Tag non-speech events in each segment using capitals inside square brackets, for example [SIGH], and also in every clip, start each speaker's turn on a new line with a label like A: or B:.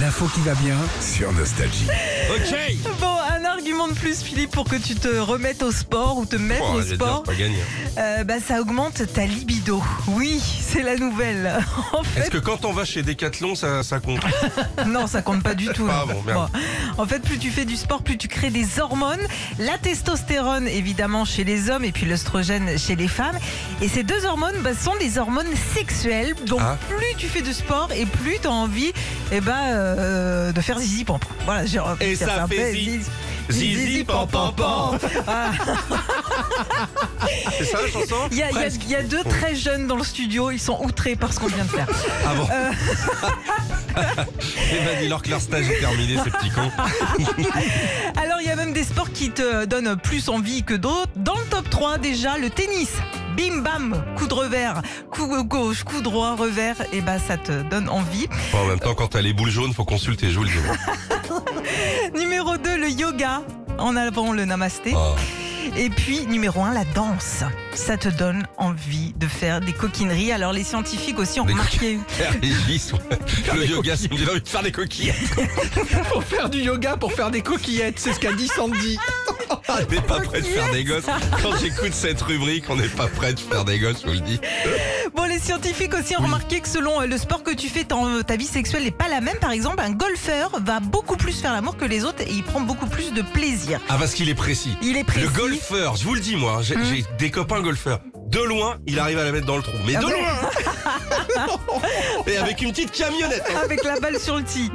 A: L'info qui va bien sur Nostalgie.
B: Ok
C: Bon, un argument de plus, Philippe, pour que tu te remettes au sport ou te mettes
B: Oh,
C: au
B: j'allais dire,
C: sport.
B: pas gagné. hein.
C: Euh, bah, ça augmente ta libido. Oui, c'est la nouvelle. [LAUGHS] En
B: Est-ce
C: fait,
B: que quand on va chez Decathlon, ça, ça compte
C: non, ça compte pas du tout.
B: Ah,
C: non.
B: bon, merde.
C: Bon. En fait, plus tu fais du sport, plus tu crées des hormones. La testostérone, évidemment, chez les hommes, et puis l'œstrogène chez les femmes. Et ces deux hormones bah, sont des hormones sexuelles. Donc,
B: Ah.
C: plus tu fais de sport et plus tu as envie eh ben, euh, de faire zizi pampan. Voilà, j'ai envie de
B: Et
C: dire
B: ça
C: un
B: fait
C: peu
B: zi- zizi pam, pam, pam.
C: Ah.
B: C'est ça la chanson
C: Il y, a- il y a-
B: Presque.
C: il y a deux très jeunes dans le studio, ils sont outrés par ce qu'on vient
B: [LAUGHS]
C: de faire.
B: Ah bon
C: Euh.
B: Eh ben, dis-leur que leur stage est terminé, ces petits
C: [LAUGHS]
B: cons.
C: Alors il y a même des sports qui te donnent plus envie que d'autres. Dans le top 3 déjà, le tennis. Bim bam, coup de revers, coup gauche, coup droit, revers, et bah ça te donne
B: [LAUGHS]
C: envie.
B: Bon, en même temps, quand t'as les boules jaunes, faut consulter, je vous le dis.
C: Numéro 2, le yoga. En avant le namasté.
B: Ah.
C: Et puis, numéro 1, la danse. Ça te donne envie de faire des coquineries. Alors, les scientifiques aussi ont
B: Des
C: remarqué.
B: Faire les gis, ouais. le yoga, c'est j'ai envie de faire des coquilles.
A: [LAUGHS] Pour faire du yoga, pour faire des coquillettes, c'est ce qu'a dit Sandy.
B: On n'est Ah, pas prêt de faire des gosses. Quand j'écoute cette rubrique, on n'est pas prêt de faire des gosses, je vous le dis.
C: Bon, les scientifiques aussi ont remarqué que selon euh, le sport que tu fais, ton- euh, ta vie sexuelle n'est pas la même. Par exemple, un golfeur va beaucoup plus faire l'amour que les autres et il prend beaucoup plus de plaisir.
B: Ah, parce qu'il est précis.
C: Il est précis.
B: Le golfeur, je vous le dis moi, hein, j'ai
C: Mm.
B: j'ai des copains golfeurs. De loin, il arrive à la mettre dans le trou. Mais
C: Ah
B: de
C: ouais
B: loin hein. Et avec une petite camionnette
C: Avec la balle sur le tee.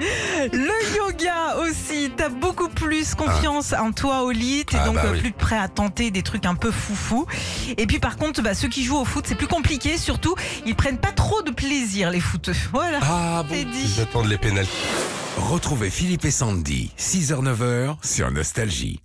C: Le yoga aussi, t'as beaucoup plus confiance en toi au lit, t'es
B: Ah,
C: donc
B: bah
C: euh,
B: oui.
C: plus prêt à tenter des trucs un peu foufou. Et puis par contre, bah, ceux qui jouent au foot, c'est plus compliqué, surtout, ils prennent pas trop de plaisir, les footeux. [LAUGHS] Voilà.
B: Ah
C: C'est dit.
B: Ils attendent les pénalités.
A: Retrouvez Philippe et Sandy, 6h-9h sur Nostalgie.